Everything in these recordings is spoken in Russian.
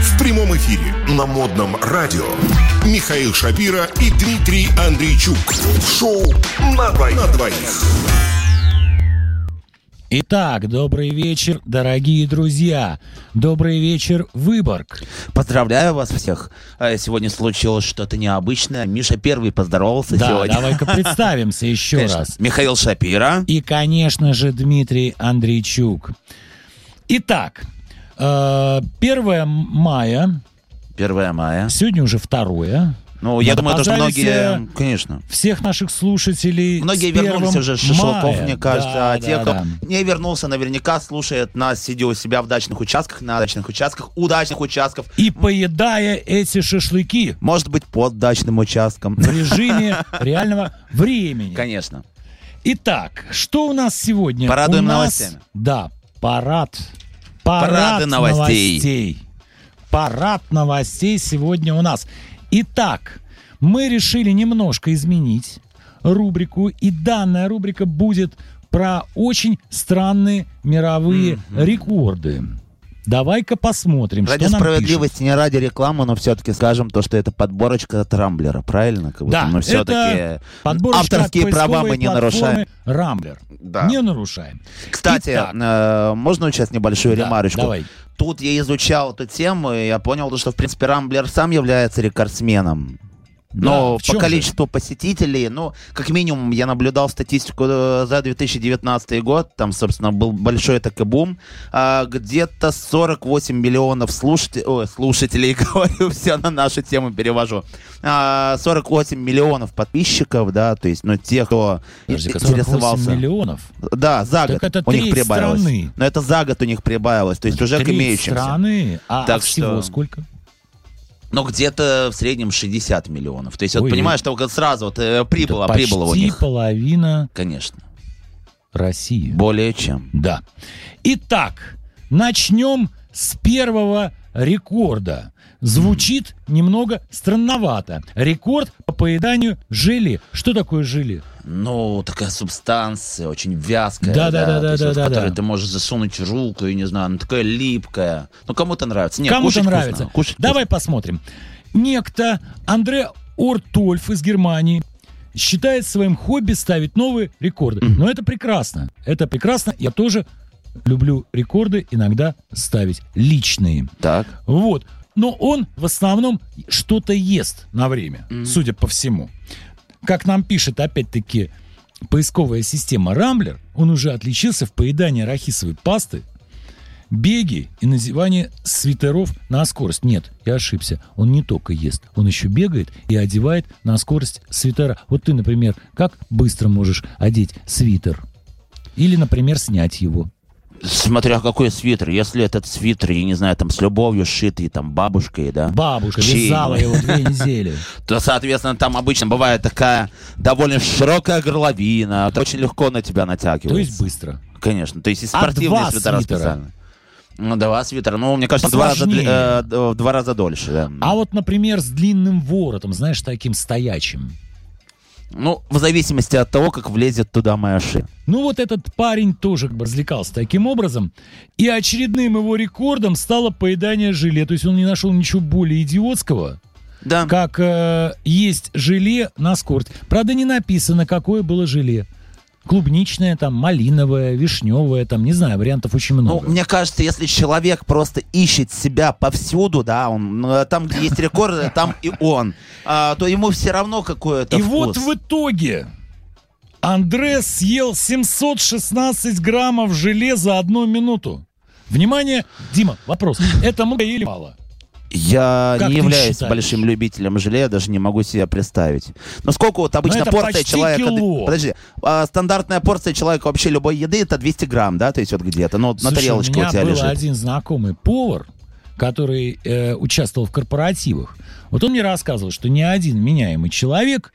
В прямом эфире на модном радио Михаил Шапира и Дмитрий Андрейчук. В шоу «На двоих». На двоих. Итак, добрый вечер, дорогие друзья. Добрый вечер, Выборг. Поздравляю вас всех. Э, Сегодня случилось что-то необычное. Миша первый поздоровался Да, сегодня. давай-ка представимся еще Конечно. раз. Михаил Шапира. И, конечно же, Дмитрий Андрейчук. Итак, э, 1 мая, 1 мая. сегодня уже 2 Ну, я Надо думаю, тоже поздравить, э, многие... Конечно. всех наших слушателей. Многие с 1 вернулись уже с шашлыков, мая. мне кажется. Да, а те, да, кто да. не вернулся, наверняка слушает нас, сидя у себя в дачных участках, на дачных участках, у дачных участков. И поедая эти шашлыки Может быть, под дачным участком. в режиме реального времени. Конечно. Итак, что у нас сегодня? Порадуем У нас- новостями. Да, парад. Парад Парады новостей. новостей. Парад новостей сегодня у нас. Итак, мы решили немножко изменить рубрику, и данная рубрика будет про очень странные мировые рекорды. Давай-ка посмотрим, Ради что нам пишут. справедливости, не ради рекламы, но все-таки скажем то, что это подборочка Трамблера, правильно? Как будто Да, мы это все-таки подборочка от авторские права поисковой мы не платформы нарушаем. Рамблер. Да. Не нарушаем. Кстати, Итак. э, можно сейчас небольшую Да, ремарочку? давай. Тут я изучал эту тему, и я понял, то, что, в принципе, Рамблер сам является рекордсменом. Да, Но в по чем же? количеству посетителей, ну, как минимум, я наблюдал статистику э, за 2019 год, там, собственно, был большой такой бум, а, где-то 48 миллионов слушателей, ой, слушателей, говорю, все на нашу тему перевожу, А, 48 миллионов подписчиков, да, то есть, ну, те, кто Подожди-ка, 48 Э, интересовался. миллионов. Да, за Так год это у них треть прибавилось. страны. Но это за год у них прибавилось, то есть уже к Треть имеющимся. страны, а Так всего что- сколько? Ну, где-то в среднем 60 миллионов. То есть, Ой-ой. вот понимаешь, что вот сразу вот э, прибыло, Это прибыло у почти них. половина Конечно. России. Более чем. Да. Итак, начнем с первого рекорда. Звучит немного странновато. Рекорд по поеданию желе. Что такое желе? Ну, такая субстанция, очень вязкая. Да-да-да-да-да-да-да. то есть вот в которую да. ты можешь засунуть руку, и не знаю, она такая липкая. Ну, кому-то нравится. Нет, Кому-то кушать нравится. вкусно, кушать Давай посмотрим. Некто Андре Ортольф из Германии считает своим хобби ставить новые рекорды. Мгм. Но это прекрасно. Это прекрасно. Я тоже люблю рекорды иногда ставить личные. вкусно. Так. Вот. Но он в основном что-то ест на время, Мгм. судя по всему. Как нам пишет, опять-таки, поисковая система Рамблер, он уже отличился в поедании рахисовой пасты, беге и надевании свитеров на скорость. Нет, я ошибся. Он не только ест, он еще бегает и одевает на скорость свитера. Вот ты, например, как быстро можешь одеть свитер? Или, например, снять его. Смотря какой свитер. Если этот свитер, я не знаю, там с любовью сшитый, там бабушкой, да, Бабушка Чей? вязала его две недели. то, соответственно, там обычно бывает такая довольно широкая горловина, это очень легко на тебя натягивается. То есть быстро. Конечно, то есть и А спортивные два свитера свитера? специально. Ну, два свитера, ну, мне кажется, в два раза, дли- Посложнее. э, д- в два раза дольше, да. А вот, например, с длинным воротом, знаешь, таким стоячим. Ну, в зависимости от того, как влезет туда моя шея. Ну вот этот парень тоже как бы развлекался таким образом. И очередным его рекордом стало поедание желе. То есть он не нашел ничего более идиотского, Да. как э, есть желе на скорте. Правда, не написано, какое было желе. Клубничное, там, малиновое, вишневое, там, не знаю, вариантов очень Ну, много. мне кажется, если человек просто ищет себя повсюду, да, он э, там, где есть рекорды, там и он, а, то ему все равно какое-то И вот вкус. в итоге Андре съел 716 граммов желе за одну минуту. Внимание, Дима, вопрос. Это много или мало? Я Как не ты являюсь считаешь? большим любителем желе, я даже не могу себе представить. Но сколько вот обычно это порция почти человека... кило. Подожди, а, стандартная порция человека вообще любой еды это 200 грамм, да, то есть вот где-то, ну, на Слушай, тарелочке у у, меня тебя был лежит. один знакомый повар, который э, участвовал в корпоративах. Вот он мне рассказывал, что ни один меняемый человек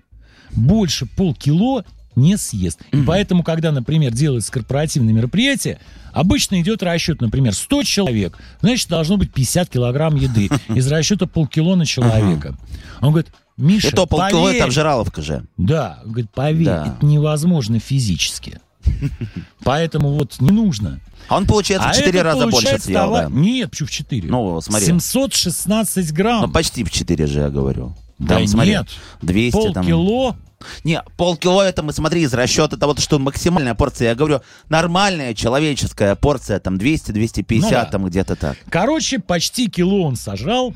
больше полкило не съест. И поэтому, когда, например, делается корпоративное мероприятие, обычно идет расчет, например, 100 человек, значит, должно быть 50 килограмм еды. Из расчета полкило на человека. Он говорит, И Миша, то полкило поверь, это обжираловка же. да, он говорит, поверь, Да. это невозможно физически. Поэтому вот не нужно. А он, получается, в 4 это раза больше получается съел, товар- да? Нет, почему в 4? Ну, смотри. 716 Ну, грамм. почти в 4 же, я говорю. Да Там, смотри, нет. 200 там. Полкило. Не, полкило это мы, смотри, из расчета того, что максимальная порция. Я говорю, нормальная человеческая порция, там 200-250, Ну да. там где-то так. Короче, почти кило он сожрал.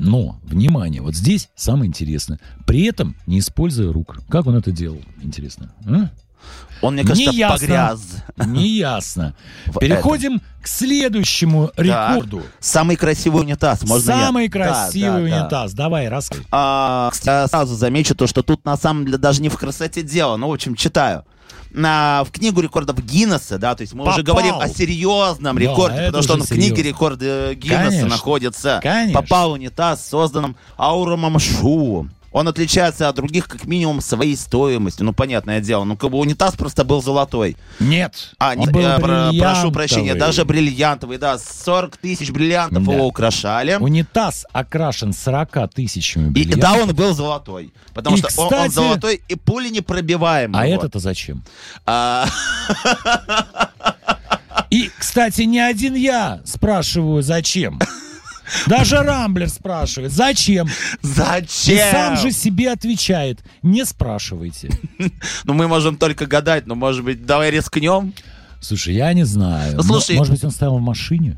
Но, внимание, вот здесь самое интересное. При этом не используя рук. Как он это делал, интересно? а? Он, мне кажется, Неясно. погряз. Неясно. В Переходим к следующему рекорду. Самый красивый унитаз. Можно я? Самый Да, красивый да, да. унитаз. Давай, рассказывай. А, кстати, сразу замечу то, что тут на самом деле даже не в красоте дело, но в общем читаю. На, в книгу рекордов Гиннесса, да, то есть мы уже Попал. говорим о серьезном Да, рекорде, это потому что уже он в книге серьезно. рекорды э, Гиннесса Конечно. находится. Конечно. Попал унитаз, созданным Аурумом Шу. Он отличается от других как минимум своей стоимостью. Ну, понятное дело. Ну, как бы унитаз просто был золотой. Нет. А, он нет, был я про- прошу бриллиантовый. прощения, даже бриллиантовый, да. 40 тысяч бриллиантов Да. его украшали. Унитаз окрашен 40 тысячами И, бриллиантов. да, он был золотой. Потому И, что он- он, кстати- золотой и пули непробиваемый. А Ну вот. это-то зачем? А, И, кстати, не один я спрашиваю, зачем. Даже Рамблер спрашивает, зачем? И зачем? сам же себе отвечает, не спрашивайте. Ну, мы можем только гадать, но, может быть, давай рискнем? Слушай, я не знаю. Ну, слушай- М- Может быть, он стоял в машине?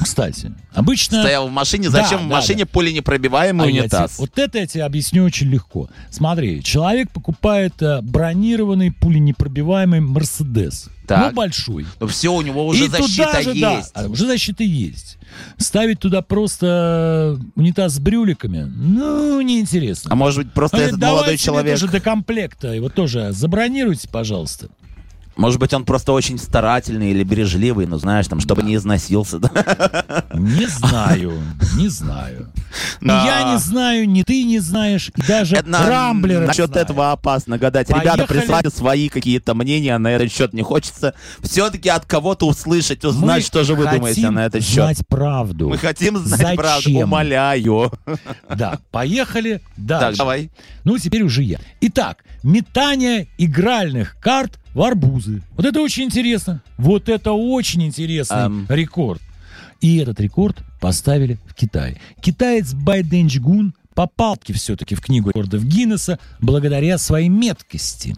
Кстати, обычно... Стоял в машине. Да, Зачем в да, машине пули А непробиваемый я тебе- унитаз? вот это я тебе объясню очень легко. Смотри, человек покупает э, бронированный пуленепробиваемый Мерседес. Так. Ну, большой. Ну, все, у него уже И защита туда же, да, есть. а, уже защита есть. Ставить туда просто э, унитаз с брюликами, ну, неинтересно. А может быть, просто Он говорит, этот «Давайте молодой мне человек... тоже до комплекта его тоже забронируйте, пожалуйста. Может быть, он просто очень старательный или бережливый, ну, знаешь, там, чтобы не износился. да? Не знаю, не знаю. Да. Я не знаю, ни ты не знаешь, и даже Это на- Рамблер Насчет этого опасно гадать. Поехали. Ребята, прислали свои какие-то мнения на этот счет. Не хочется все-таки от кого-то услышать, узнать, что же вы думаете на этот счет. Знать правду. Мы хотим знать Зачем? правду, умоляю. Да, поехали дальше. Так, давай. Ну, теперь уже я. Итак, метание игральных карт в арбузы. Вот это очень интересно. Вот это очень интересный Эм. рекорд. И этот рекорд поставили в Китае. Китаец Байден Чгун попал-таки все-таки в книгу рекордов Гиннесса благодаря своей меткости.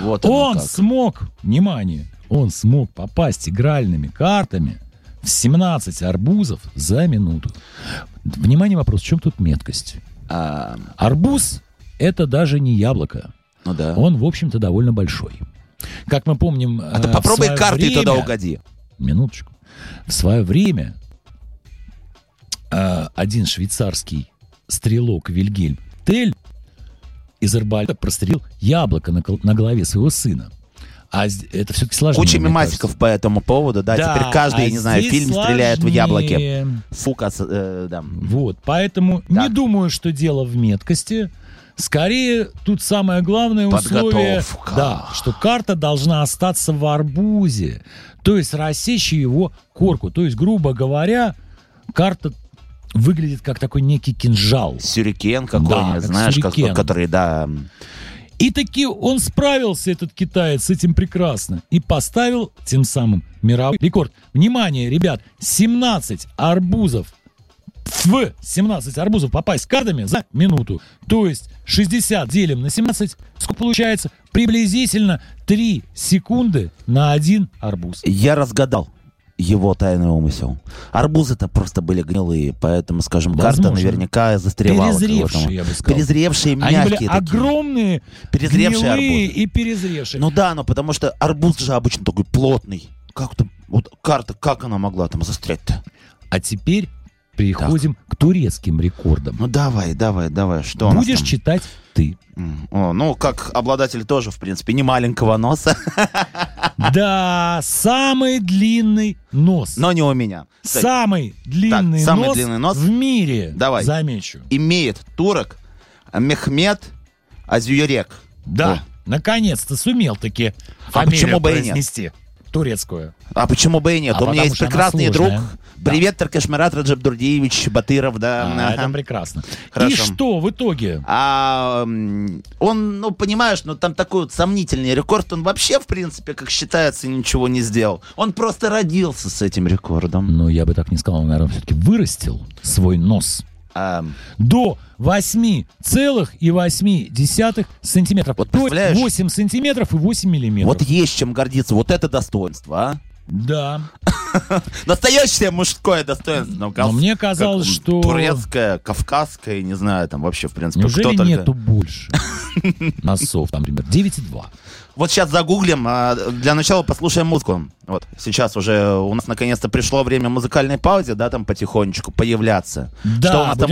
Вот оно Он как. смог, внимание, он смог попасть игральными картами в 17 арбузов за минуту. Внимание, вопрос, в чем тут меткость? А, Арбуз – это даже не яблоко. ну да. Он, в общем-то, довольно большой. Как мы помним... э, А ты попробуй карты и туда туда угоди. Минуточку. В свое время э, один швейцарский стрелок Вильгельм Тель из арбалета прострелил яблоко на, кол- на голове своего сына. А з- это все-таки сложнее. Куча мне мемасиков кажется. по этому поводу, да, теперь каждый, а я не знаю, здесь фильм стреляет в яблоке. сложнее. Фука, с- э, да. Вот, поэтому не Так. думаю, что дело в меткости. Скорее, тут самое главное условие, Подготовка. да, что карта должна остаться в арбузе, то есть рассечь его корку. То есть, грубо говоря, карта выглядит как такой некий кинжал. Сюрикен Да, какой-нибудь, как знаешь, как- сюрикен. который, да. И таки он справился, этот китаец, с этим прекрасно. И поставил тем самым мировой рекорд. Внимание, ребят, 17 арбузов. В 17 арбузов попасть картами за минуту. То есть 60 делим на 17. Сколько получается? Приблизительно 3 секунды на один арбуз. Я разгадал его тайный умысел. Арбузы-то просто были гнилые, поэтому, скажем, карта Возможно. наверняка застревала. Перезревшие, кого-то. я бы сказал. Перезревшие, Они мягкие были такие. огромные, Перезревшие гнилые арбузы. и перезревшие. Ну да, но потому что арбуз же обычно такой плотный. Как там, вот карта, как она могла там застрять-то? А теперь переходим к турецким рекордам. Ну давай, давай, давай, что у нас Будешь там? читать ты. М, о, ну, как обладатель тоже, в принципе, не маленького носа, Да, самый длинный нос. но не у меня. Кстати, Самый длинный Так, самый нос длинный нос. в мире. Давай. Замечу. Имеет турок Мехмед Азюрек. Да, наконец-то сумел таки А фамилию почему бы и нет? произнести. Турецкую. А почему бы и нет? А У меня потому есть что она прекрасный друг сложная. Привет, Таркашмарат Раджабдурдиевич Батыров, да. А, ага. Это прекрасно. И Хорошо. что в итоге? А м, он, ну, понимаешь, ну, там такой вот сомнительный рекорд, он вообще, в принципе, как считается, ничего не сделал. Он просто родился с этим рекордом. Ну, я бы так не сказал, он, наверное, все-таки вырастил свой нос А, до 8,8 сантиметров. Вот То есть представляешь? 8 сантиметров и 8 миллиметров. вот есть чем гордиться, вот это достоинство, а? Да. Настоящее мужское достоинство. Ну, Но кав- мне казалось, как, м, что... Турецкое, кавказское, не знаю, там вообще, в принципе, кто Неужели только... нету больше носов? Там, например, 9,2. Вот сейчас загуглим, а для начала послушаем музыку. Вот, сейчас уже у нас наконец-то пришло время музыкальной паузе, да, там потихонечку появляться. Да, Что у будем нас там будет?